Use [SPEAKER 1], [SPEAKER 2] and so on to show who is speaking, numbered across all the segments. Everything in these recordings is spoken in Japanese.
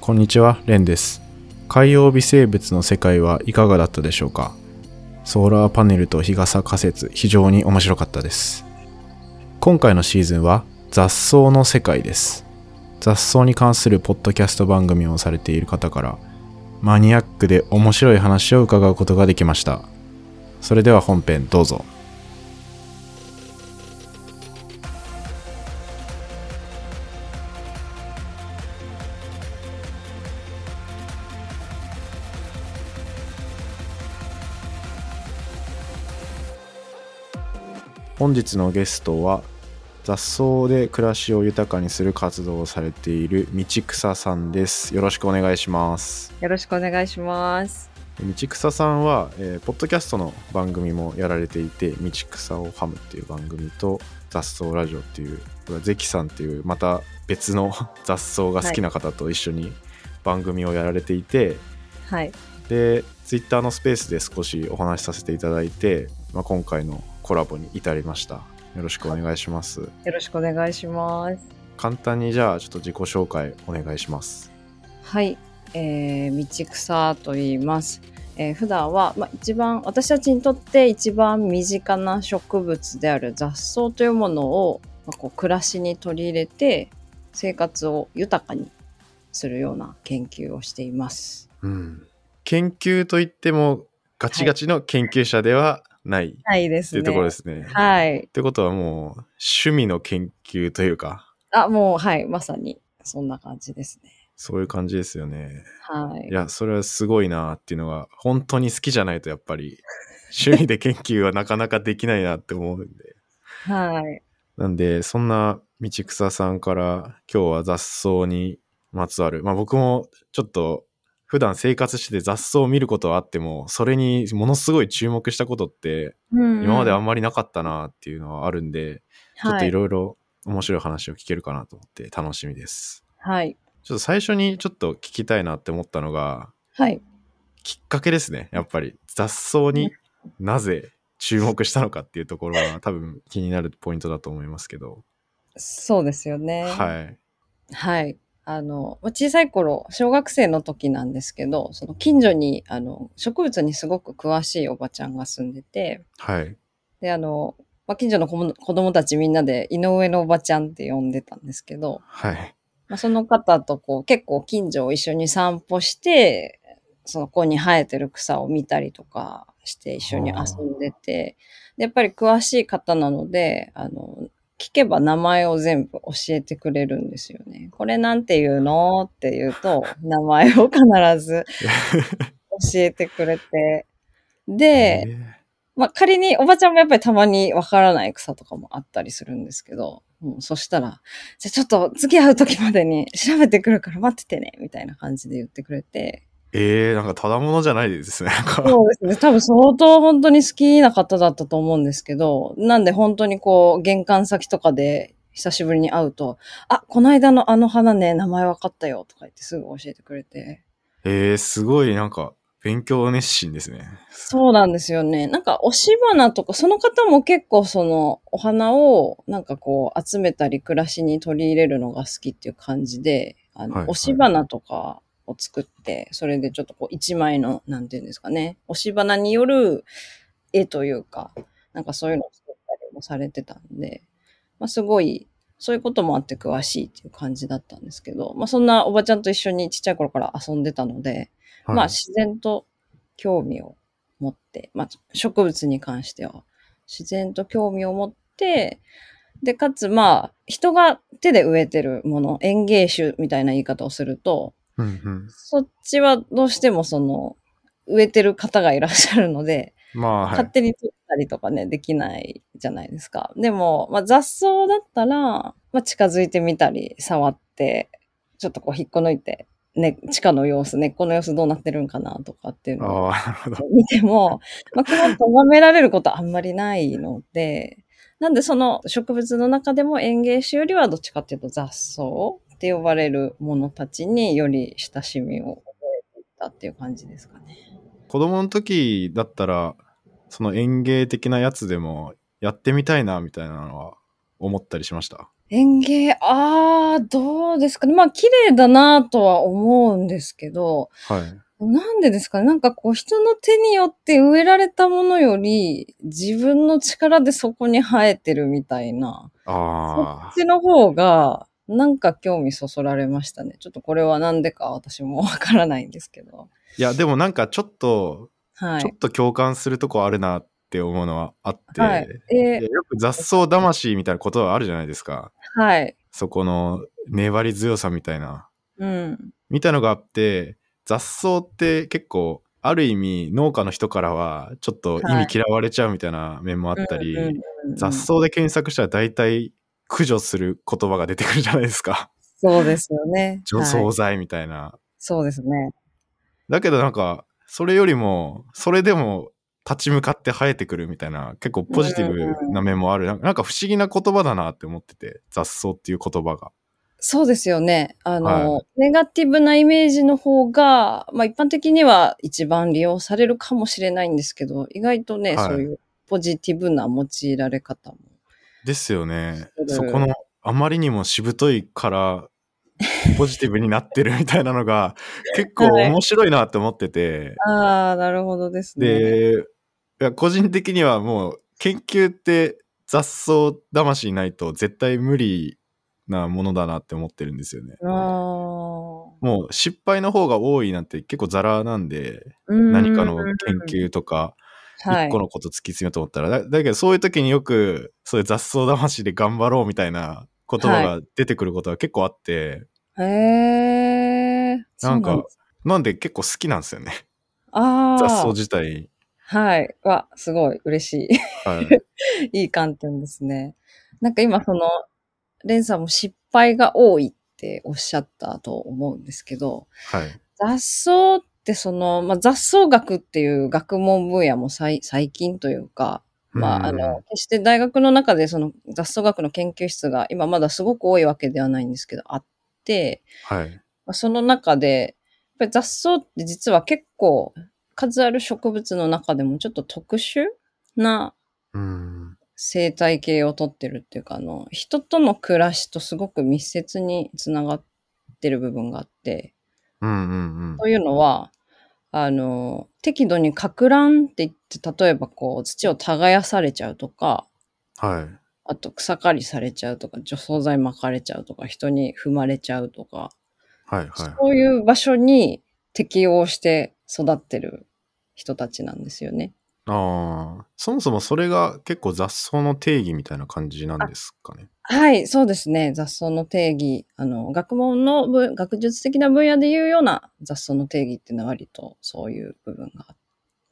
[SPEAKER 1] こんにちは、レンです。海洋微生物の世界はいかがだったでしょうかソーラーパネルと日傘仮説、非常に面白かったです。今回のシーズンは雑草の世界です。雑草に関するポッドキャスト番組をされている方から、マニアックで面白い話を伺うことができました。それでは本編どうぞ。本日のゲストは雑草で暮らしを豊かにする活動をされている道草さんです。よろしくお願いします。
[SPEAKER 2] よろしくお願いします。
[SPEAKER 1] 道草さんは、えーポッドキャストの番組もやられていて「道草をハム」っていう番組と「雑草ラジオ」っていうこれはゼキさんっていうまた別の 雑草が好きな方と一緒に番組をやられていて、
[SPEAKER 2] はい。
[SPEAKER 1] で Twitter のスペースで少しお話しさせていただいて、まあ、今回のコラボに至りましたよろしくお願いします
[SPEAKER 2] よろしくお願いします。
[SPEAKER 1] 簡単にじゃあちょっと自己紹介お願いします
[SPEAKER 2] はい。えー、道草と言います。えー普段は、まあ、一番私たちにとって一番身近な植物である雑草というものを、まあ、こう暮らしに取り入れて生活を豊かにするような研究をしています。
[SPEAKER 1] うん研究といってもガチガチの研究者ではない
[SPEAKER 2] はいで
[SPEAKER 1] と
[SPEAKER 2] す
[SPEAKER 1] い
[SPEAKER 2] ね。
[SPEAKER 1] うところですね、
[SPEAKER 2] はい
[SPEAKER 1] っ。てことはもう趣味の研究というか
[SPEAKER 2] あ、もう、はい。まさにそんな感じですね。
[SPEAKER 1] そういう感じですよね。
[SPEAKER 2] はい
[SPEAKER 1] い。やそれはすごいなっていうのが本当に好きじゃないとやっぱり趣味で研究はなかなかできないなって思うんで。
[SPEAKER 2] はい。
[SPEAKER 1] なんでそんな道草さんから今日は雑草にまつわるまあ僕もちょっと普段生活してて雑草を見ることはあってもそれにものすごい注目したことって今
[SPEAKER 2] 今
[SPEAKER 1] まであんまりなかったなっていうのはあるんで、ちょっといろいろ面白い話を聞けるかなと思って楽しみです。
[SPEAKER 2] はい。
[SPEAKER 1] ちょっと最初にちょっと聞きたいなって思ったのが、
[SPEAKER 2] はい。
[SPEAKER 1] きっかけですね。やっぱり雑草になぜ注目したのかっていうところは多分気になるポイントだと思いますけど。
[SPEAKER 2] そうですよね。
[SPEAKER 1] はい。
[SPEAKER 2] い。はい。あの、まあ小さい頃、小学生の時なんですけど、その近所に、あの、植物にすごく詳しいおばちゃんが住んでて、
[SPEAKER 1] はい。
[SPEAKER 2] で、あの、まあ、近所の子も子供たちみんなで井上のおばちゃんって呼んでたんですけど、
[SPEAKER 1] はい。
[SPEAKER 2] まあ、その方とこう結構近所を一緒に散歩して、その子に生えてる草を見たりとかして一緒に遊んでて、でやっぱり詳しい方なので、あの、聞けば名前を全部教えてくれるんですよね。これなんて言うのって言うと、名前を必ず教えてくれて。で、
[SPEAKER 1] え
[SPEAKER 2] まあ、仮におばちゃんもやっぱりたまにわからない草とかもあったりするんですけど、うん、そしたら、じゃあちょっと次会う時までに調べてくるから待っててね、みたいな感じで言ってくれて。
[SPEAKER 1] えー、なんかただものじゃないですね。なんか。
[SPEAKER 2] そうですね。多分相当本当に好きな方だったと思うんですけど、なんで本当にこう、玄関先とかで久しぶりに会うと、あ、この間のあの花ね、名前わかったよ、とか言ってすぐ教えてくれて。
[SPEAKER 1] えー、すごいなんか勉強熱心ですね。
[SPEAKER 2] そうなんですよね。なんか、押し花とか、その方も結構その、お花を、なんかこう、集めたり、暮らしに取り入れるのが好きっていう感じで、あの、
[SPEAKER 1] はいはい
[SPEAKER 2] 押し花とかを作って、それでちょっとこう、一枚の、なんていうんですかね、押し花による絵というか、なんかそういうのを作ったりもされてたんで、まあ、すごい、そういうこともあって詳しいっていう感じだったんですけど、まあ、そんなおばちゃんと一緒にちっちゃい頃から遊んでたので、
[SPEAKER 1] はい
[SPEAKER 2] まあ自然と興味を持って、まあ植物に関しては自然と興味を持って、で、かつまあ人が手で植えてるもの、園芸種みたいな言い方をすると、
[SPEAKER 1] うんうん。
[SPEAKER 2] そっちはどうしてもその植えてる方がいらっしゃるので、
[SPEAKER 1] まあ、は
[SPEAKER 2] 勝
[SPEAKER 1] い。
[SPEAKER 2] 手に取ったりとかね、できないじゃないですか。でも、まあ、雑草だったら、まあ、近づいてみたり、触って、ちょっとこう引っこ抜いて、ね、地下の様子、根っこの様子どうなってるんかなとかっていうのを
[SPEAKER 1] ああ、なるほど。
[SPEAKER 2] 見ても、まあ、基本咎められることあんまりないので、なんでその植物の中でも園芸種よりはどっちかっていうと雑草って呼ばれるものたちにより親しみを覚えていったっていう感じですかね。
[SPEAKER 1] 子供の時だったら、その園芸的なやつでもやってみたいなみたいなのは思ったりしました。
[SPEAKER 2] 園芸、ああ、どうですかね。まあ、綺麗だなとは思うんですけど、
[SPEAKER 1] はい。
[SPEAKER 2] なんでですかね。なんかこう、人の手によって植えられたものより、自分の力でそこに生えてるみたいな、そ
[SPEAKER 1] あ
[SPEAKER 2] っちの方が、なんか興味そそられましたね。ちょっとこれはなんでか私もわからないんですけど。
[SPEAKER 1] ーいや、でもなんかちょっと、
[SPEAKER 2] は
[SPEAKER 1] ちょ
[SPEAKER 2] い
[SPEAKER 1] っ。と共感するとこあるなって思うのはあって、
[SPEAKER 2] はい
[SPEAKER 1] いや
[SPEAKER 2] えー
[SPEAKER 1] よく雑草魂みたいなことはあるじゃないですか。
[SPEAKER 2] はい。
[SPEAKER 1] そこの粘り強さみたいな。
[SPEAKER 2] うん。
[SPEAKER 1] みたいのがあって、雑草って結構、ある意味農家の人からはちょっと意味嫌われちゃうみたいな面もあったり、
[SPEAKER 2] うんうんうん
[SPEAKER 1] 雑草で検索したら大体駆除する言葉が出てくるじゃないですか。
[SPEAKER 2] そうですよね。
[SPEAKER 1] 除
[SPEAKER 2] はい
[SPEAKER 1] 草剤みたいな。
[SPEAKER 2] そうですね。
[SPEAKER 1] だけどなんか、それよりも、それでも立ち向かって生えてくるみたいな、結構ポジティブな面もある。なんか不思議な言葉だなって思ってて、雑草っていう言葉が。
[SPEAKER 2] そうですよね。あの、
[SPEAKER 1] は
[SPEAKER 2] ネガティブなイメージの方が、まあ一般的には一番利用されるかもしれないんですけど、意外とね、
[SPEAKER 1] はい
[SPEAKER 2] そういうポジティブな用いられ方も。
[SPEAKER 1] ですよね。
[SPEAKER 2] うん
[SPEAKER 1] そこの、あまりにもしぶといから、ポジティブになってるみたいなの が、結構
[SPEAKER 2] はい
[SPEAKER 1] 面白いなって思ってて。
[SPEAKER 2] ああ、なるほどですね。
[SPEAKER 1] で、いや個人的にはもう研究って雑草魂ないと絶対無理なものだなって思ってるんですよね。
[SPEAKER 2] あー
[SPEAKER 1] もう失敗の方が多いなんて結構ザラなんで、
[SPEAKER 2] うん
[SPEAKER 1] 何かの研究とか、
[SPEAKER 2] は
[SPEAKER 1] 一
[SPEAKER 2] い
[SPEAKER 1] 個のこと突き詰めと思ったら、だだけどそういう時によく、そういう雑草魂で頑張ろうみたいな言葉が出てくることが結構あって、
[SPEAKER 2] へえ。
[SPEAKER 1] なん
[SPEAKER 2] そう
[SPEAKER 1] か
[SPEAKER 2] です、
[SPEAKER 1] なんで結構好きなんですよね。
[SPEAKER 2] あ
[SPEAKER 1] 雑草
[SPEAKER 2] あ。
[SPEAKER 1] 自体。
[SPEAKER 2] はい。わ、すごい嬉しい。
[SPEAKER 1] はい。
[SPEAKER 2] いい観点ですね。なんか今その、レンさんも失敗が多いっておっしゃったと思うんですけど、
[SPEAKER 1] はい。
[SPEAKER 2] 雑草ってその、まあ、雑草学っていう学問分野もさい最近というか、まあ、あ
[SPEAKER 1] うん
[SPEAKER 2] の、決して大学の中でその雑草学の研究室が今まだすごく多いわけではないんですけど、あって、
[SPEAKER 1] はい。
[SPEAKER 2] まあ、その中で、やっぱり雑草って実は結構数ある植物の中でもちょっと特殊な
[SPEAKER 1] うん。
[SPEAKER 2] 生態系をとってるっていうか、あの、人との暮らしとすごく密接につながってる部分があって、
[SPEAKER 1] うんうんうん。
[SPEAKER 2] というのは、あの、適度にかく乱って言って、例えばこう、土を耕されちゃうとか、
[SPEAKER 1] はい。
[SPEAKER 2] あと草刈りされちゃうとか、除草剤巻かれちゃうとか、人に踏まれちゃうとか、
[SPEAKER 1] はいはい。
[SPEAKER 2] そういう場所に適応して育ってる人たちなんですよね。
[SPEAKER 1] ああ、そもそもそれが結構雑草の定義みたいな感じなんですかね。
[SPEAKER 2] はい、そうですね。雑草の定義。あの、学問の分、学術的な分野で言うような雑草の定義っていうのは割とそういう部分があっ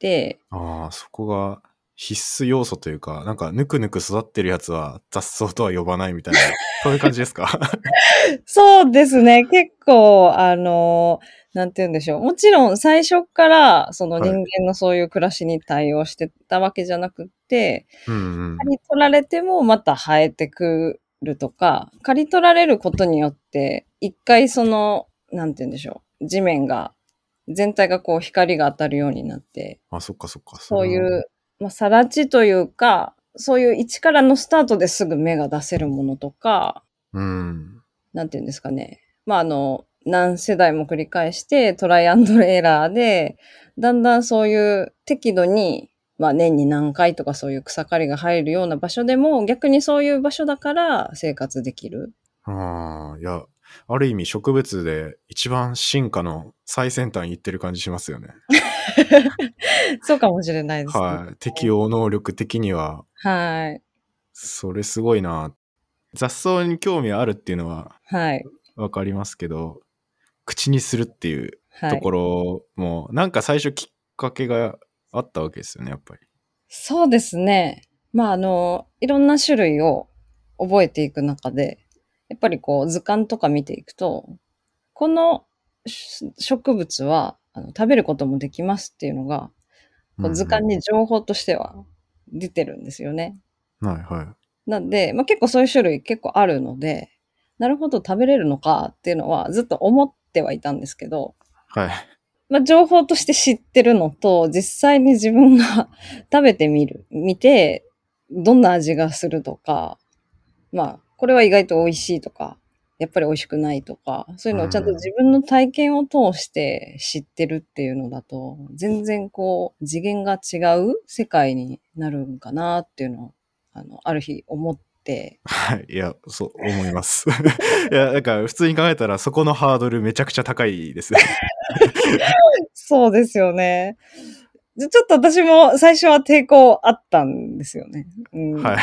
[SPEAKER 2] て、
[SPEAKER 1] ああ、そこが必須要素というか、なんかぬくぬく育ってるやつは雑草とは呼ばないみたいな、そういう感じですか
[SPEAKER 2] そうですね。結構、あの、なんて言うんでしょう。もちろん最初から、その
[SPEAKER 1] はい
[SPEAKER 2] 人間のそういう暮らしに対応してたわけじゃなくって、
[SPEAKER 1] うんうん。
[SPEAKER 2] 刈り取られてもまた生えてくるとか、刈り取られることによって、一回その、なんて言うんでしょう。地面が、全体がこう光が当たるようになって、
[SPEAKER 1] あ、そっかそっか。
[SPEAKER 2] そうい
[SPEAKER 1] れは。
[SPEAKER 2] う、まあ、さら地というか、そういう一からのスタートですぐ芽が出せるものとか、
[SPEAKER 1] うん。
[SPEAKER 2] なんて言うんですかね。まあ、あの、何世代も繰り返して、トライアンドエラーで、だんだんそういう適度に、まあ、年に何回とかそういう草刈りが入るような場所でも、逆にそういう場所だから生活できる。
[SPEAKER 1] ああ、いや、ある意味植物で一番進化の最先端行ってる感じしますよね。
[SPEAKER 2] そうかもしれないですね。
[SPEAKER 1] はい。適応能力的には、
[SPEAKER 2] はい。
[SPEAKER 1] それすごいな。雑草に興味あるっていうのは
[SPEAKER 2] はい。
[SPEAKER 1] わかりますけど、口にするっていう
[SPEAKER 2] は
[SPEAKER 1] と
[SPEAKER 2] い
[SPEAKER 1] こ。ろも、なんか最初きっかけがあったわけですよね、やっぱり。
[SPEAKER 2] そうですね。まあ、あの、いろんな種類を覚えていく中で、やっぱりこう図鑑とか見ていくと、このし植物はあの食べることもできますっていうのが、こう図鑑に情報としては出てるんですよね。
[SPEAKER 1] うんうん。はいはい。
[SPEAKER 2] なんで、まあ、結構そういう種類結構あるので、なるほど食べれるのかっていうのはずっと思ってはいたんですけど、
[SPEAKER 1] はい。
[SPEAKER 2] まあ、情報として知ってるのと、実際に自分が 食べてみる、見て、どんな味がするとか、まあ、これは意外と美味しいとか、やっぱり美味しくないとか、そういうのをちゃんと自分の体験を通して知ってるっていうのだと、全然こう、次元が違う世界になるんかなっていうのを、あの、ある日思って、
[SPEAKER 1] はい。いや、そう思います。 いや、なんか普通に考えたらそこのハードルめちゃくちゃ高いです ね。
[SPEAKER 2] そうですよね。でちょっと私も最初は抵抗あったんですよね。うん、
[SPEAKER 1] はい。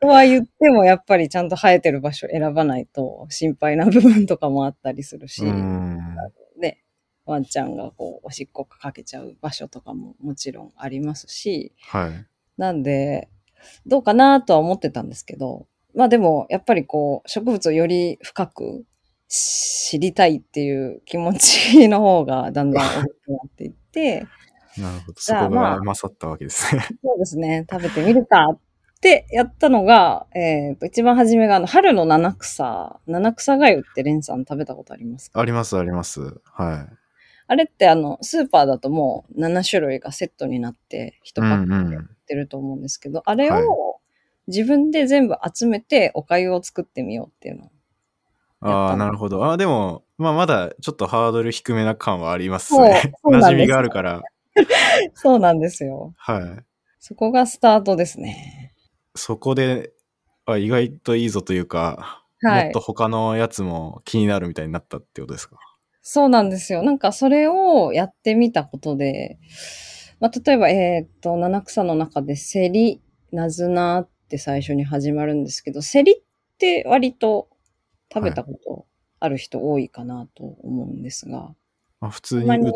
[SPEAKER 2] とは言っても、やっぱりちゃんと生えてる場所選ばないと心配な部分とかもあったりするし、
[SPEAKER 1] うん。
[SPEAKER 2] ね、ワンちゃんがこう、おしっこかけちゃう場所とかももちろんありますし、
[SPEAKER 1] はい。
[SPEAKER 2] なんで、どうかなとは思ってたんですけど、まあでも、やっぱりこう、植物をより深く知りたいっていう気持ちの方がだんだん大きくなっていって、
[SPEAKER 1] なるほど。
[SPEAKER 2] じ
[SPEAKER 1] そ
[SPEAKER 2] ゃあ
[SPEAKER 1] こ
[SPEAKER 2] ま
[SPEAKER 1] が
[SPEAKER 2] あ
[SPEAKER 1] 勝ったわけですね。
[SPEAKER 2] そうですね、食べてみるかってやったのが、えーと、一番初めがあの、春の七草、七草がゆってレンさん食べたことありますか
[SPEAKER 1] あります、あります。は
[SPEAKER 2] あれってあの、スーパーだともう7種類がセットになって、
[SPEAKER 1] い。
[SPEAKER 2] 一
[SPEAKER 1] う
[SPEAKER 2] パッ
[SPEAKER 1] ん
[SPEAKER 2] ク
[SPEAKER 1] う
[SPEAKER 2] でや
[SPEAKER 1] ん。
[SPEAKER 2] ってると思うんですけど、あれ
[SPEAKER 1] はい
[SPEAKER 2] を自分で全部集めてお粥を作ってみようっていうの。
[SPEAKER 1] あ
[SPEAKER 2] やっ
[SPEAKER 1] あ、
[SPEAKER 2] ぱ
[SPEAKER 1] なるほど。ああ、でも、まあ、まだちょっとハードル低めな感はあります
[SPEAKER 2] そ う
[SPEAKER 1] ね。
[SPEAKER 2] そう
[SPEAKER 1] 馴
[SPEAKER 2] なんです
[SPEAKER 1] 染みがあるから。
[SPEAKER 2] そうなんですよ。
[SPEAKER 1] はい。
[SPEAKER 2] そこがスタートですね。
[SPEAKER 1] そこで、あ意外といいぞというか、
[SPEAKER 2] は
[SPEAKER 1] もっ
[SPEAKER 2] い
[SPEAKER 1] と。他のやつも気になるみたいになったってことですか。
[SPEAKER 2] そうなんですよ。なんかそれをやってみたことで、まあ、例えば、えっ、と、七草の中でセリ、ナズナって最初に始まるんですけど、セリって割と食べたことある人多いかなと思うんですが、
[SPEAKER 1] あ普通
[SPEAKER 2] た
[SPEAKER 1] に
[SPEAKER 2] ま
[SPEAKER 1] 売っ
[SPEAKER 2] に、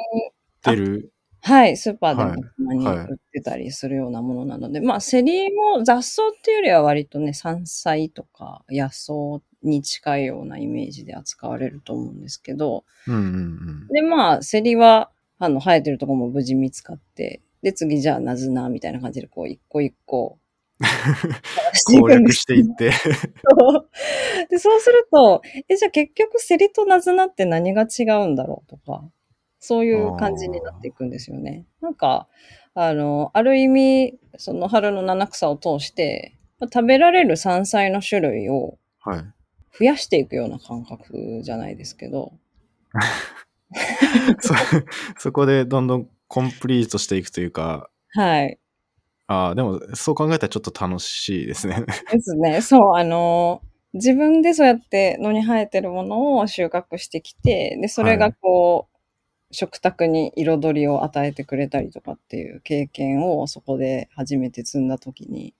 [SPEAKER 1] てる。
[SPEAKER 2] はい、スーパーでも
[SPEAKER 1] はい
[SPEAKER 2] たまに
[SPEAKER 1] はい
[SPEAKER 2] 売ってたりするようなものなので、まあ、セリも雑草っていうよりは割とね、山菜とか野草に近いようなイメージで扱われると思うんですけど、
[SPEAKER 1] うんうんうん。
[SPEAKER 2] で、まあ、セリは、あの、生えてるとこも無事見つかって、で、次じゃあ、ナズナみたいな感じで、こう、一個一個、探してい
[SPEAKER 1] 攻
[SPEAKER 2] くん
[SPEAKER 1] 略
[SPEAKER 2] で
[SPEAKER 1] し
[SPEAKER 2] す
[SPEAKER 1] て
[SPEAKER 2] け
[SPEAKER 1] い
[SPEAKER 2] ど
[SPEAKER 1] って。
[SPEAKER 2] で、そうすると、え、じゃあ結局、セリとナズナって何が違うんだろうとか、そういう感じになっていくんですよね。なんか、あの、ある意味、その春の七草を通して、まあ食べられる山菜の種類を
[SPEAKER 1] はい。
[SPEAKER 2] 増やしていくような感覚じゃないですけど、
[SPEAKER 1] そ そこでどんどんコンプリートしていくというか、
[SPEAKER 2] はい。
[SPEAKER 1] ああ、でもそう考えたらちょっと楽しいです ね。
[SPEAKER 2] ですね。そう、あのー自分でそうやって野に生えてるものを収穫してきて、で、それ
[SPEAKER 1] は
[SPEAKER 2] が
[SPEAKER 1] い
[SPEAKER 2] こう、食卓に彩りを与えてくれたりとかっていう経験をそこで初めて積んだ時に、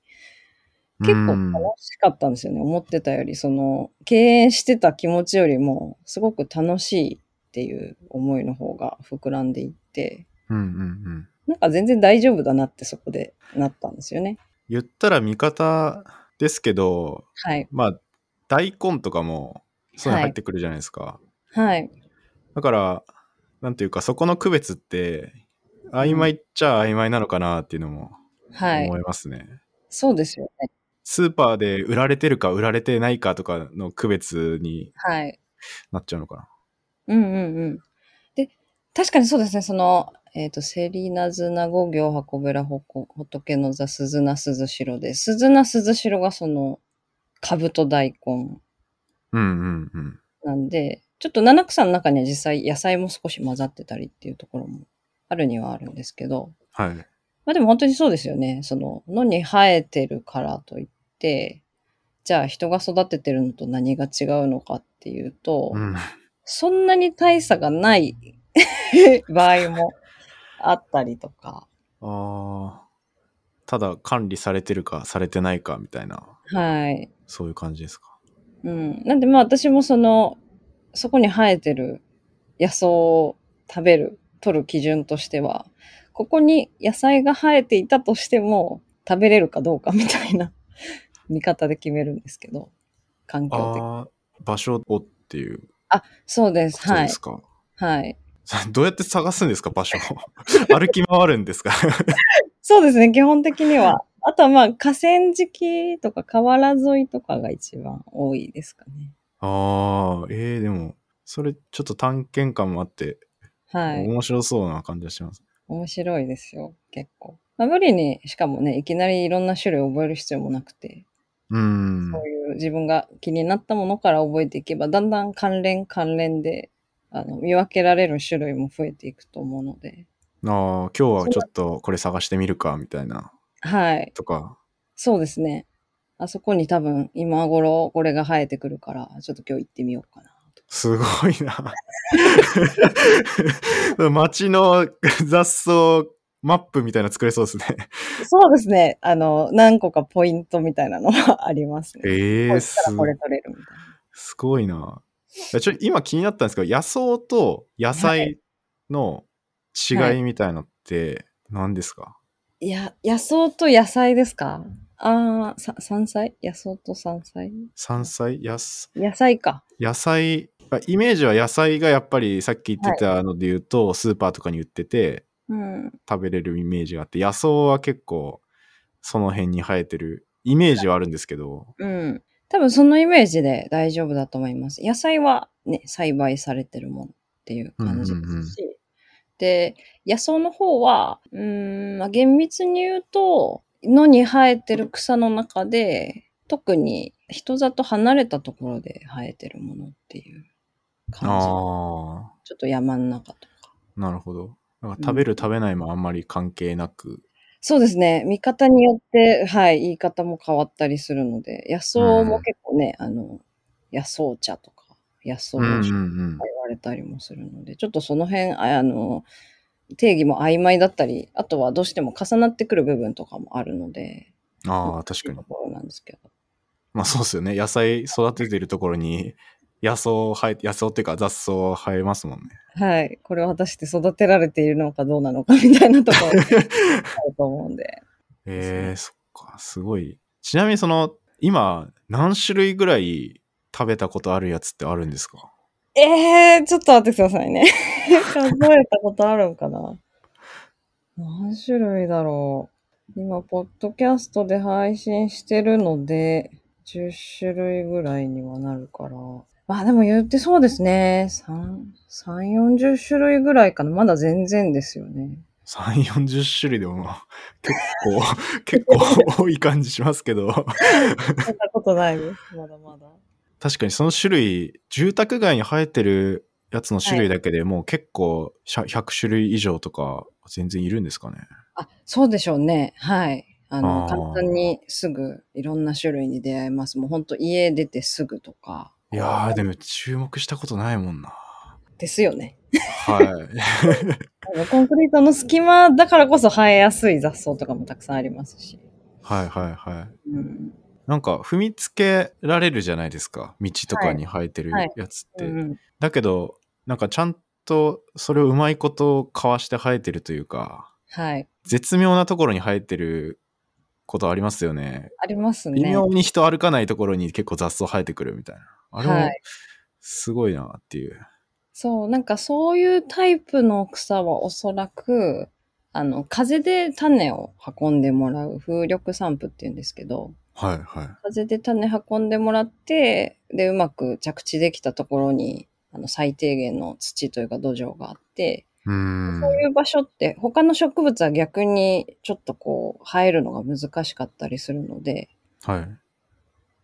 [SPEAKER 2] 結構
[SPEAKER 1] うん
[SPEAKER 2] 楽しかったんですよね。思ってたより、その、経営してた気持ちよりも、すごく楽しいっていう思いの方が膨らんでいって、
[SPEAKER 1] うんうんうん。
[SPEAKER 2] なんか全然大丈夫だなってそこでなったんですよね。
[SPEAKER 1] 言ったら味方ですけど、
[SPEAKER 2] はい。
[SPEAKER 1] まあ、大根とかも、そういうの
[SPEAKER 2] はい
[SPEAKER 1] 入ってくるじゃないですか。
[SPEAKER 2] はい。
[SPEAKER 1] だから、なんていうか、そこの区別って、曖昧っちゃ曖昧なのかなっていうのも
[SPEAKER 2] はい
[SPEAKER 1] 思。いますね。
[SPEAKER 2] そうですよね。
[SPEAKER 1] スーパーで売られてるか売られてないかとかの区別に
[SPEAKER 2] はい。
[SPEAKER 1] なっちゃうのかな。
[SPEAKER 2] うんうんうん。で、確かにそうですね、その、えっ、と、セリナズナ五行箱べらほこ仏の座鈴名鈴代で、鈴名鈴代がその、株と大根
[SPEAKER 1] うんうんうん。
[SPEAKER 2] なんで、ちょっと七草の中には実際野菜も少し混ざってたりっていうところもあるにはあるんですけど、
[SPEAKER 1] はい。
[SPEAKER 2] まあでも本当にそうですよね。その、野に生えてるからといって、じゃあ人が育ててるのと何が違うのかっていうと、
[SPEAKER 1] うん、
[SPEAKER 2] そんなに大差がない 場合もあったりとか。
[SPEAKER 1] あーただ管理されてるかされてないかみたいな、
[SPEAKER 2] はい。
[SPEAKER 1] そういう感じですか。
[SPEAKER 2] うん。なんでまあ私もその、そこに生えてる野草を食べる、取る基準としては、ここに野菜が生えていたとしても、食べれるかどうかみたいな見方で決めるんですけど、環境的。
[SPEAKER 1] ああ、場所をっていう
[SPEAKER 2] あ、そうです。
[SPEAKER 1] こと
[SPEAKER 2] は
[SPEAKER 1] で
[SPEAKER 2] い
[SPEAKER 1] す。か。
[SPEAKER 2] はい。
[SPEAKER 1] どうやって探すんですか、場所を。 歩き回るんですか。
[SPEAKER 2] そうですね、基本的には。あとはまあ、河川敷とか河原沿いとかが一番多いですかね。
[SPEAKER 1] ああ、ええでも、それちょっと探検感もあって、
[SPEAKER 2] はい。
[SPEAKER 1] 面白そうな感じがします。
[SPEAKER 2] 面白いですよ、結構。まあ、無理に、しかもね、いきなりいろんな種類覚える必要もなくて、
[SPEAKER 1] うん。
[SPEAKER 2] そういう自分が気になったものから覚えていけば、だんだん関連関連で、あの、見分けられる種類も増えていくと思うので。
[SPEAKER 1] ああ、今日はちょっとこれ探してみるか、みたいな。
[SPEAKER 2] はい。
[SPEAKER 1] とか。
[SPEAKER 2] そうですね。あそこに多分今頃これが生えてくるから、ちょっと今日行ってみようかなと。
[SPEAKER 1] すごいな。街の雑草マップみたいなの作れそうですね。
[SPEAKER 2] そうですね。あの、何個かポイントみたいなのはありますね。
[SPEAKER 1] え
[SPEAKER 2] こ
[SPEAKER 1] え
[SPEAKER 2] いつ
[SPEAKER 1] す
[SPEAKER 2] からこれ取れるみたい
[SPEAKER 1] すごいな。いやちょ今気になったんですけど、野草と野菜の違いみたいのって何ですか、
[SPEAKER 2] な。いや、野草と野菜ですかああ、さ山菜野草と山菜
[SPEAKER 1] 山菜野す
[SPEAKER 2] 野菜か。
[SPEAKER 1] 野菜あイメージは野菜がやっぱりさっき言ってたので言うと、スーパーとかに売ってて
[SPEAKER 2] うん。
[SPEAKER 1] 食べれるイメージがあって野草は結構その辺に生えてるイメージはあるんですけど、
[SPEAKER 2] うん。多分そのイメージで大丈夫だと思います。野菜はね、栽培されてるものっていう感じですし。で、野草の方は、うーん、まあ、厳密に言うと、野に生えてる草の中で、特に人里離れたところで生えてるものっていう感じ。
[SPEAKER 1] あ
[SPEAKER 2] ちょっと山の中とか。
[SPEAKER 1] あなるほどなんか食べる食べないもあんまり関係なく、
[SPEAKER 2] そうですね。見方によって、はい、言い方も変わったりするので、野草も結構ね、あの、野草茶とか、野草
[SPEAKER 1] うんうん
[SPEAKER 2] 酒
[SPEAKER 1] うん
[SPEAKER 2] 言われたりもするので、ちょっとその辺、ああの、定義も曖昧だったり、あとはどうしても重なってくる部分とかもあるので、
[SPEAKER 1] ああ確かに
[SPEAKER 2] ところなんですけど。
[SPEAKER 1] まあそうですよね。野菜育ててるところに 野草生え、野草っていうか雑草生えますもんね。
[SPEAKER 2] はい。これは果たして育てられているのかどうなのかみたいなところあると思うんで。
[SPEAKER 1] ええそっか、すごい。ちなみにその、今、何種類ぐらい食べたことあるやつってあるんですか
[SPEAKER 2] えー、ちょっと待ってくださいね。 数えたことあるんかな何種類だろう。今、ポッドキャストで配信してるので、10種類ぐらいにはなるから。まあでも言ってそうですね。3、3、40種類ぐらいかな。まだ全然ですよね。
[SPEAKER 1] ?3、40種類でも まあ、結構、結構多い感じしますけど。
[SPEAKER 2] そんなことないです。まだまだ。
[SPEAKER 1] 確かにその種類、住宅街に生えてるやつの種類だけでもう結構100 100種類以上とか全然いるんですかね。
[SPEAKER 2] あ、そうでしょうね。はい。あの、
[SPEAKER 1] あー
[SPEAKER 2] 簡単にすぐいろんな種類に出会えます。もうほんと家出てすぐとか。
[SPEAKER 1] いやー、でも注目したことないもんな。
[SPEAKER 2] ですよね。
[SPEAKER 1] はい。
[SPEAKER 2] あのコンクリートの隙間だからこそ生えやすい雑草とかもたくさんありますし。
[SPEAKER 1] はいはいはい。
[SPEAKER 2] うん。
[SPEAKER 1] なんか踏みつけられるじゃないですか。道とかに生えてる
[SPEAKER 2] はい
[SPEAKER 1] やつって。
[SPEAKER 2] うん、
[SPEAKER 1] だけど、なんかちゃんとそれをうまいことかわして生えてるというか、
[SPEAKER 2] はい。
[SPEAKER 1] 絶妙なところに生えてることありますよね。
[SPEAKER 2] あります
[SPEAKER 1] 微
[SPEAKER 2] ね。
[SPEAKER 1] 妙に人歩かないところに結構雑草生えてくるみたいな。あれ
[SPEAKER 2] は
[SPEAKER 1] も
[SPEAKER 2] い
[SPEAKER 1] すごいなっていう。
[SPEAKER 2] そう、なんかそういうタイプの草はおそらく、あの、風で種を運んでもらう風力散布っていうんですけど、
[SPEAKER 1] はいはい。
[SPEAKER 2] 風で種運んでもらって、で、うまく着地できたところに、あの、最低限の土というか土壌があって、
[SPEAKER 1] うーん。
[SPEAKER 2] そういう場所って他の植物は逆にちょっとこう生えるのが難しかったりするので
[SPEAKER 1] はい。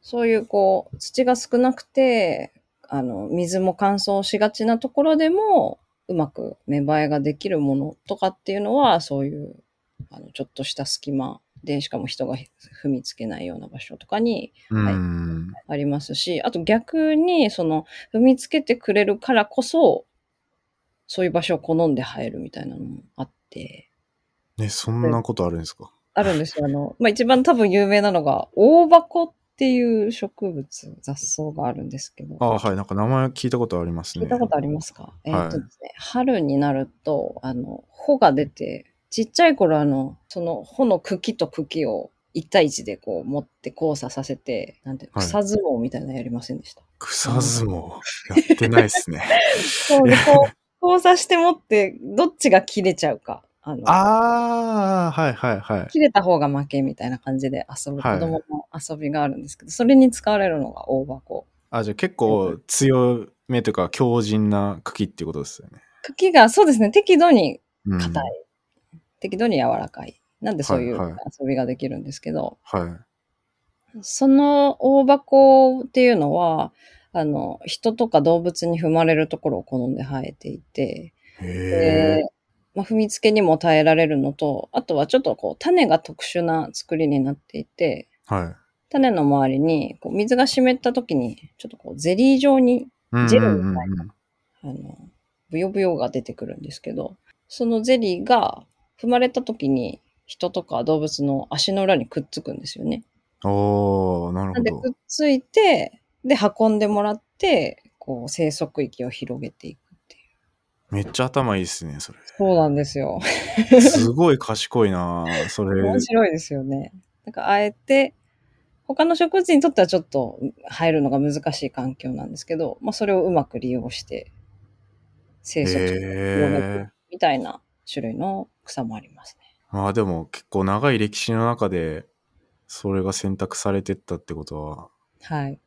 [SPEAKER 2] そういうこう土が少なくてあの水も乾燥しがちなところでもうまく芽生えができるものとかっていうのはそういうあのちょっとした隙間でしかも人が踏みつけないような場所とかに
[SPEAKER 1] うーん。
[SPEAKER 2] ありますしあと逆にその踏みつけてくれるからこそそういう場所を好んで生えるみたいなのもあって。
[SPEAKER 1] ね、そんなことあるんですか。
[SPEAKER 2] あるんですよ。あの、まあ、一番多分有名なのが、大箱っていう植物、雑草があるんですけど、
[SPEAKER 1] ああ、はい。なんか名前聞いたことありますね。
[SPEAKER 2] 聞いたことありますか、えーっと
[SPEAKER 1] はい
[SPEAKER 2] ですね、春になると、あの、穂が出て、ちっちゃい頃あの、その穂の茎と茎を1対1でこう持って交差させて、なんて、
[SPEAKER 1] はい
[SPEAKER 2] 草相撲みたいなのやりませんでした。
[SPEAKER 1] 草相撲やってないっすね。
[SPEAKER 2] そうで、こう、交差して持って、どっちが切れちゃうか。あの
[SPEAKER 1] ああ、はいはいはい。
[SPEAKER 2] 切れた方が負けみたいな感じで遊ぶ、
[SPEAKER 1] はい
[SPEAKER 2] 子供の遊びがあるんですけど、それに使われるのが大箱。
[SPEAKER 1] あ、じゃあ結構強めというか強靭な茎っていうことですよね。
[SPEAKER 2] 茎が、そうですね、適度に
[SPEAKER 1] うん
[SPEAKER 2] 硬い、適度に柔らかい。なんでそういう
[SPEAKER 1] はいは
[SPEAKER 2] 遊びができるんですけど、
[SPEAKER 1] はい。
[SPEAKER 2] その大箱っていうのは、あの、人とか動物に踏まれるところを好んで生えていて、
[SPEAKER 1] へ
[SPEAKER 2] でまあ、踏みつけにも耐えられるのと、あとはちょっとこう、種が特殊な作りになっていて、
[SPEAKER 1] え。はい。
[SPEAKER 2] 種の周りにこう水が湿った時に、ちょっとこう、ゼリー状に、
[SPEAKER 1] うん
[SPEAKER 2] ジェ
[SPEAKER 1] う
[SPEAKER 2] ル
[SPEAKER 1] んうん
[SPEAKER 2] みたいあの、ブヨブヨが出てくるんですけど、そのゼリーが踏まれた時に、人とか動物の足の裏にくっつくんですよね。
[SPEAKER 1] おー、なる
[SPEAKER 2] な
[SPEAKER 1] ほ
[SPEAKER 2] んで
[SPEAKER 1] ど
[SPEAKER 2] く。っついて、で、運んでもらって、こう、生息域を広げていくっていう。
[SPEAKER 1] めっちゃ頭いいっすね、そ
[SPEAKER 2] そうなんですよ。
[SPEAKER 1] れ。すごい賢いなぁそれ。
[SPEAKER 2] 面白いですよね。なんか、あえて、他の植物にとってはちょっと入るのが難しい環境なんですけど、まあ、それをうまく利用して、生息域を広げてい
[SPEAKER 1] へ
[SPEAKER 2] くみたいな種類の草もありますね。
[SPEAKER 1] ー。まあでも結構長い歴史の中で、それが選択されてったってことは、
[SPEAKER 2] はい。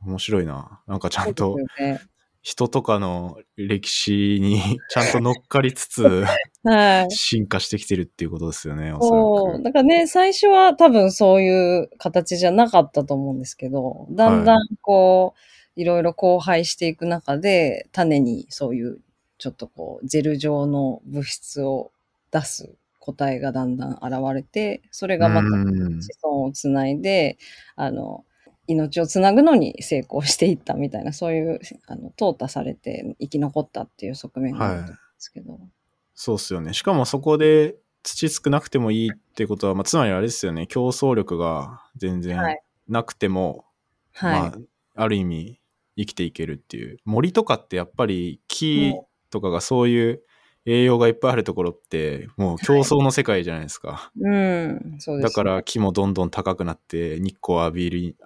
[SPEAKER 1] 面白いななんかちゃん
[SPEAKER 2] そ
[SPEAKER 1] と
[SPEAKER 2] うですよね
[SPEAKER 1] 人とかの歴史 にちゃんと乗っかりつつ、
[SPEAKER 2] はい。
[SPEAKER 1] 進化してきてるっていうことですよね、おそ
[SPEAKER 2] そう。だからね、最初は多分そういう形じゃなかったと思うんですけど、だんだんこう、い、ろいろ交配していく中で、種にそういう、ちょっとこう、ジェル状の物質を出す個体がだんだん現れて、それ
[SPEAKER 1] ら
[SPEAKER 2] がま
[SPEAKER 1] く。
[SPEAKER 2] た子
[SPEAKER 1] うん
[SPEAKER 2] 孫をつないで、あの、命をつなぐのに成功していったみたいな、そういう、あの、淘汰されて生き残ったっていう側面があると思うんですけど。
[SPEAKER 1] そうっすよね。しかもそこで土少なくてもいいってことは、まあ、つまりあれですよね、競争力が全然
[SPEAKER 2] はい
[SPEAKER 1] なくても、
[SPEAKER 2] はい。
[SPEAKER 1] まあ、ある意味生きていけるっていう。森とかってやっぱり木とかがそういう栄養がいっぱいあるところって、もう競争の世界じゃないですか。
[SPEAKER 2] うん、そうですね。
[SPEAKER 1] だから木もどんどん高くなって日光を浴びる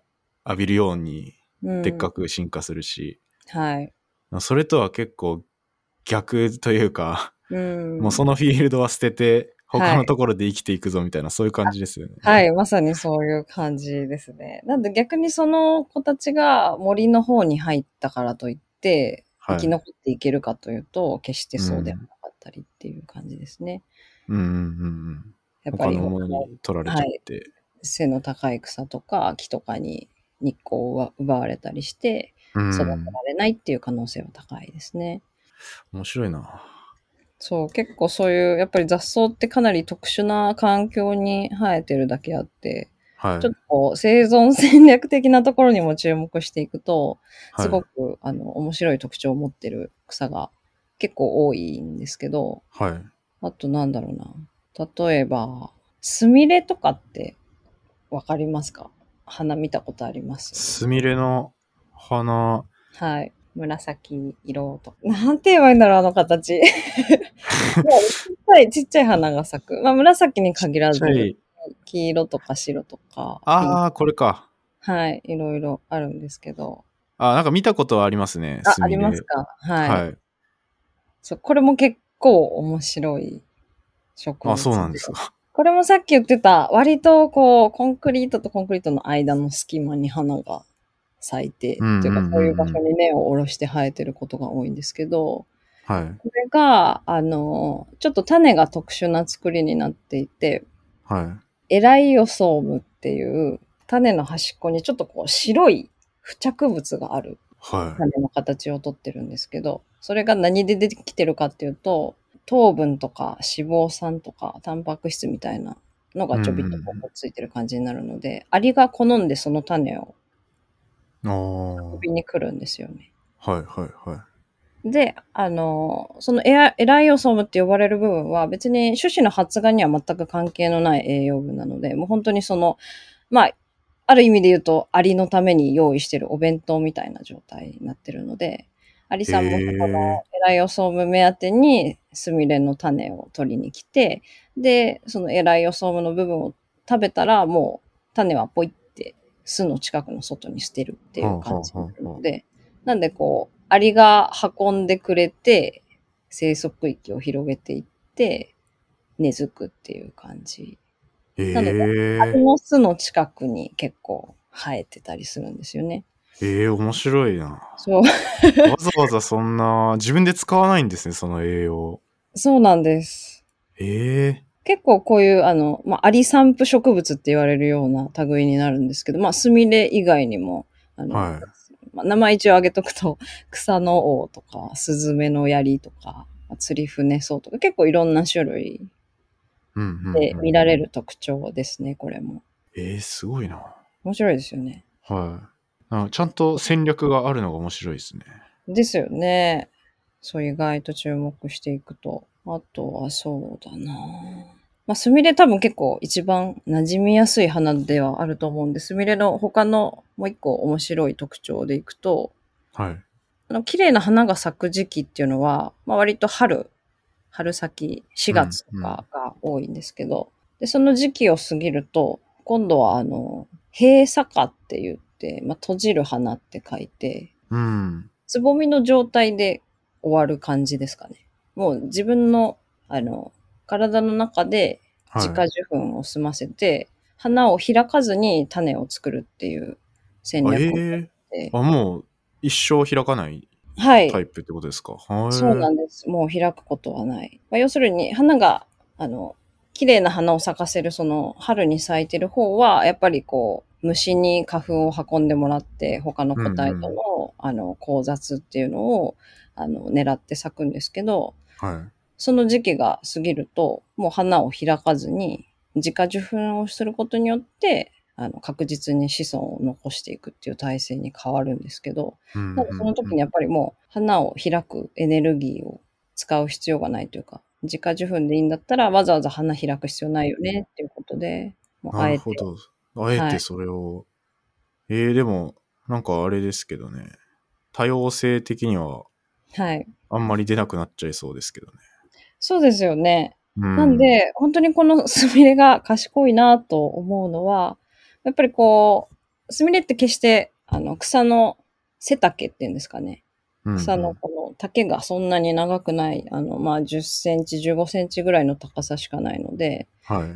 [SPEAKER 1] 浴びるように
[SPEAKER 2] うん
[SPEAKER 1] でっかく進化するし、
[SPEAKER 2] はい。
[SPEAKER 1] それとは結構逆というか、
[SPEAKER 2] うん。
[SPEAKER 1] もうそのフィールドは捨てて他
[SPEAKER 2] は
[SPEAKER 1] の
[SPEAKER 2] い
[SPEAKER 1] ところで生きていくぞみたいな、そういう感じですよね。
[SPEAKER 2] はい、まさにそういう感じですね。なんで逆にその子たちが森の方に入ったからといって、
[SPEAKER 1] は
[SPEAKER 2] 生
[SPEAKER 1] い
[SPEAKER 2] き残っていけるかというと、決してそうでもなかったりっていう感じですね。
[SPEAKER 1] うんうんうんう
[SPEAKER 2] や
[SPEAKER 1] ん。
[SPEAKER 2] っぱ
[SPEAKER 1] 他
[SPEAKER 2] り
[SPEAKER 1] のものに取られちゃって。
[SPEAKER 2] 背の高い草とか木とかに日光を奪われたりして、
[SPEAKER 1] うん
[SPEAKER 2] 育てられないっていう可能性は高いですね。
[SPEAKER 1] 面白いな。
[SPEAKER 2] そう、結構そういう、やっぱり雑草ってかなり特殊な環境に生えてるだけあって、
[SPEAKER 1] はい。
[SPEAKER 2] ちょっとこう生存戦略的なところにも注目していくと、
[SPEAKER 1] はい
[SPEAKER 2] すごく、あの面白い特徴を持ってる草が結構多いんですけど、
[SPEAKER 1] はい。
[SPEAKER 2] あとなんだろうな。例えば、スミレとかってわかりますか花見たことあります
[SPEAKER 1] スミレの花、
[SPEAKER 2] はい。紫色とか。 なんて言えばいいんだろう、あの 形。いやちっちゃい、ちっちゃい花が咲く。まあ、紫に限ら
[SPEAKER 1] ちっち
[SPEAKER 2] ず
[SPEAKER 1] ゃ、い
[SPEAKER 2] 黄色とか白とか、
[SPEAKER 1] ああ、これか。
[SPEAKER 2] はい、いろいろあるんですけど、
[SPEAKER 1] あーなんか見たことはありますね。
[SPEAKER 2] あ
[SPEAKER 1] ス
[SPEAKER 2] あ
[SPEAKER 1] ミ
[SPEAKER 2] り
[SPEAKER 1] レ
[SPEAKER 2] ますか、はい、
[SPEAKER 1] はい。
[SPEAKER 2] そう。これも結構面白い植物。
[SPEAKER 1] あ、そうなんです。か。
[SPEAKER 2] これもさっき言ってた、割とこう、コンクリートとコンクリートの間の隙間に花が咲いて、
[SPEAKER 1] うんうんうんうん
[SPEAKER 2] というかそういう場所に根を下ろして生えてることが多いんですけど、
[SPEAKER 1] はい。
[SPEAKER 2] これが、あの、ちょっと種が特殊な作りになっていて、
[SPEAKER 1] はい。
[SPEAKER 2] エライオソームっていう種の端っこにちょっとこう白い付着物がある
[SPEAKER 1] はい。
[SPEAKER 2] 種の形をとってるんですけど、それが何で出てきてるかっていうと、糖分とか脂肪酸とかタンパク質みたいなのがちょびっとこ
[SPEAKER 1] うんうん
[SPEAKER 2] うついてる感じになるので、アリが好んでその種を
[SPEAKER 1] おー
[SPEAKER 2] 飛びに来るんですよね。
[SPEAKER 1] はいはいはい。
[SPEAKER 2] で、あの、そのエアエライオソームって呼ばれる部分は別に種子の発芽には全く関係のない栄養分なので、もう本当にその、まあ、ある意味で言うと、アリのために用意してるお弁当みたいな状態になってるので、アリさんも
[SPEAKER 1] へ
[SPEAKER 2] こ
[SPEAKER 1] ー
[SPEAKER 2] のエライオソーム目当てにスミレの種を取りに来て、で、そのエライオソームの部分を食べたら、もう種はポイって巣の近くの外に捨てるっていう感じになるので、なんでこう、アリが運んでくれて、生息域を広げていって、根付くっていう感じ
[SPEAKER 1] え
[SPEAKER 2] なの
[SPEAKER 1] え
[SPEAKER 2] この巣の近くに結構生えてたりするんですよね。
[SPEAKER 1] ええ面白いな。
[SPEAKER 2] そう、
[SPEAKER 1] わざわざそんな、自分で使わないんですね、その栄養。
[SPEAKER 2] そうなんです。
[SPEAKER 1] ええ
[SPEAKER 2] 結構こういう、あの、まあ、アリ散布植物って言われるような類になるんですけど、まあ、スミレ以外にも、あの、
[SPEAKER 1] はい
[SPEAKER 2] まあ、名前一応挙げとくと、草の王とか、スズメの槍とか、まあ釣り船草とか、結構いろんな種類
[SPEAKER 1] うんうんうん
[SPEAKER 2] で見られる特徴ですね、これも。
[SPEAKER 1] えー、すごいな。
[SPEAKER 2] 面白いですよね。
[SPEAKER 1] はい。なんかちゃんと戦略があるのが面白いですね。
[SPEAKER 2] ですよね。そう、意外と注目していくと。あとはそうだなまあ、スミレ多分結構一番馴染みやすい花ではあると思うんで、スミレの他のもう一個面白い特徴でいくと、
[SPEAKER 1] はい。
[SPEAKER 2] あの、綺麗な花が咲く時期っていうのは、まあ、割と春、春先、4月とかが多いんですけど、で、その時期を過ぎると、今度はあの、閉鎖花って言って、まあ、閉じる花って書いて、
[SPEAKER 1] うん。
[SPEAKER 2] つぼみの状態で終わる感じですかね。もう自分の、あの、体の中で
[SPEAKER 1] は
[SPEAKER 2] 自
[SPEAKER 1] い。
[SPEAKER 2] 家受粉を済ませて、花を開かずに種を作るっていう戦
[SPEAKER 1] あ
[SPEAKER 2] 略を取っ
[SPEAKER 1] え
[SPEAKER 2] て、
[SPEAKER 1] ー、あもう一生開かない
[SPEAKER 2] はい
[SPEAKER 1] タ。イプってことですか。はい。
[SPEAKER 2] そうなんんです。もう開くことはない。まあ、要するに、花が、あの、綺麗な花を咲かせる、その、春に咲いてる方は、やっぱりこう、虫に花粉を運んでもらって、他の個体との、
[SPEAKER 1] うん
[SPEAKER 2] あの、交雑っていうのを、あの、狙って咲くんですけど、
[SPEAKER 1] はい。
[SPEAKER 2] その時期が過ぎると、もう花を開かずに、自家受粉をすることによって、あの、確実に子孫を残していくっていう体制に変わるんですけど、
[SPEAKER 1] うん
[SPEAKER 2] ただその時に
[SPEAKER 1] うん
[SPEAKER 2] やっぱりもう花を開くエネルギーを使う必要がないというか、自家受粉でいいんだったらわざわざ花開く必要ないよねっていうことで、もうあ
[SPEAKER 1] な
[SPEAKER 2] え
[SPEAKER 1] る
[SPEAKER 2] て
[SPEAKER 1] ほ。ど。あえてそれを。えー、でも、なんかあれですけどね。多様性的には
[SPEAKER 2] はい。
[SPEAKER 1] あんまり出なくなっちゃいそうですけどね。
[SPEAKER 2] そうですよね。
[SPEAKER 1] うん、
[SPEAKER 2] なん、で、本当にこの スミレが賢いなと思うのは、やっぱりこう、スミレって決して、あの、草の背丈っていうんですかね。草のこの丈がそんなに長くない、あの、まあ、10センチ、15センチぐらいの高さしかないので、
[SPEAKER 1] うん。はい。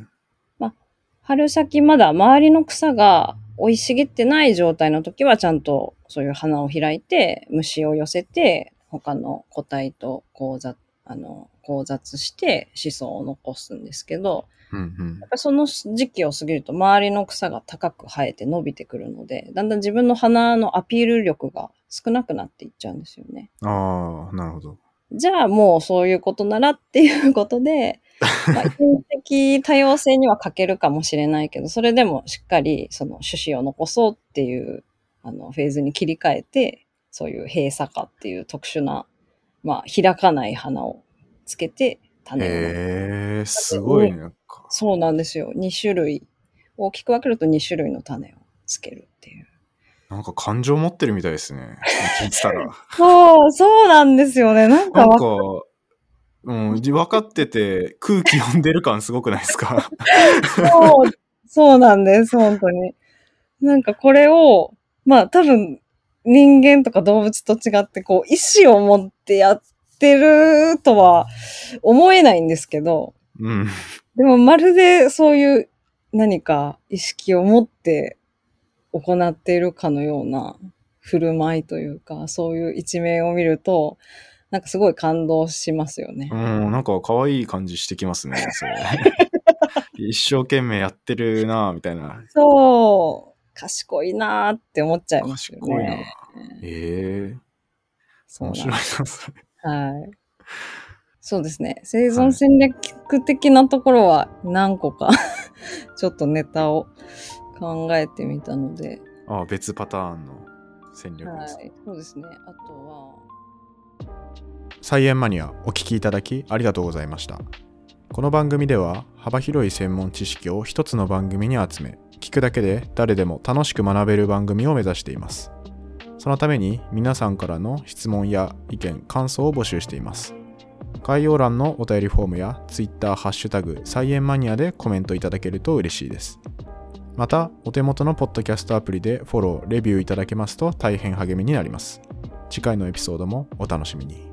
[SPEAKER 2] 春先まだ周りの草が生い茂ってない状態の時はちゃんとそういう花を開いて虫を寄せて他の個体と交雑あの交雑して子孫を残すんですけど
[SPEAKER 1] うんうん
[SPEAKER 2] やっ。ぱその時期を過ぎると周りの草が高く生えて伸びてくるのでだんだん自分の花のアピール力が少なくなっていっちゃうんですよね。
[SPEAKER 1] ああ、なるほど。
[SPEAKER 2] じゃあもうそういうことならっていうこ とで、まあ、遺伝的多様性には欠けるかもしれないけど、それでもしっかりその種子を残そうっていうあのフェーズに切り替えて、そういう閉鎖化っていう特殊な、まあ開かない花をつけて種をまく。
[SPEAKER 1] へえー、すごいね。なんか
[SPEAKER 2] そうなんですよ。2種類。大きく分けると2種類の種をつけるっ ていう。
[SPEAKER 1] なんか感情持ってるみたいですね。聞いて たら。
[SPEAKER 2] そう、そうなんですよね。なん
[SPEAKER 1] な
[SPEAKER 2] か
[SPEAKER 1] ん
[SPEAKER 2] わ
[SPEAKER 1] か、うん、じ分かってて空気読んでる感すごくないですか
[SPEAKER 2] そう、そうなんです、本当に。なんかこれを、まあ多分人間とか動物と違ってこう意志を持ってやってるとは思えないんですけど、
[SPEAKER 1] うん。
[SPEAKER 2] でもまるでそういう何か意識を持って行っているかのような振る舞いというか、そういう一面を見ると、なんかすごい感動しますよね。
[SPEAKER 1] うん、なんか可愛い感じしてきますね、そ れ。一生懸命やってるなぁみたいな。
[SPEAKER 2] そう、賢いなーって思っちゃいますよね。
[SPEAKER 1] 賢いなええ
[SPEAKER 2] そうなん
[SPEAKER 1] 面
[SPEAKER 2] です
[SPEAKER 1] 白いな、それ。
[SPEAKER 2] はい。そうですね。生存戦略的なところは何個か、 ちょっとネタを考えてみたので。
[SPEAKER 1] ああ、別パターンの戦略
[SPEAKER 2] は
[SPEAKER 1] です。
[SPEAKER 2] い。そうですね。あとは、
[SPEAKER 1] サイエンマニアお聞きいただきありがとうございましたこの番組では幅広い専門知識を一つの番組に集め聞くだけで誰でも楽しく学べる番組を目指していますそのために皆さんからの質問や意見感想を募集しています概要欄のお便りフォームや Twitter ハッシュタグサイエンマニアでコメントいただけると嬉しいですまたお手元のポッドキャストアプリでフォローレビューいただけますと大変励みになります次回のエピソードもお楽しみに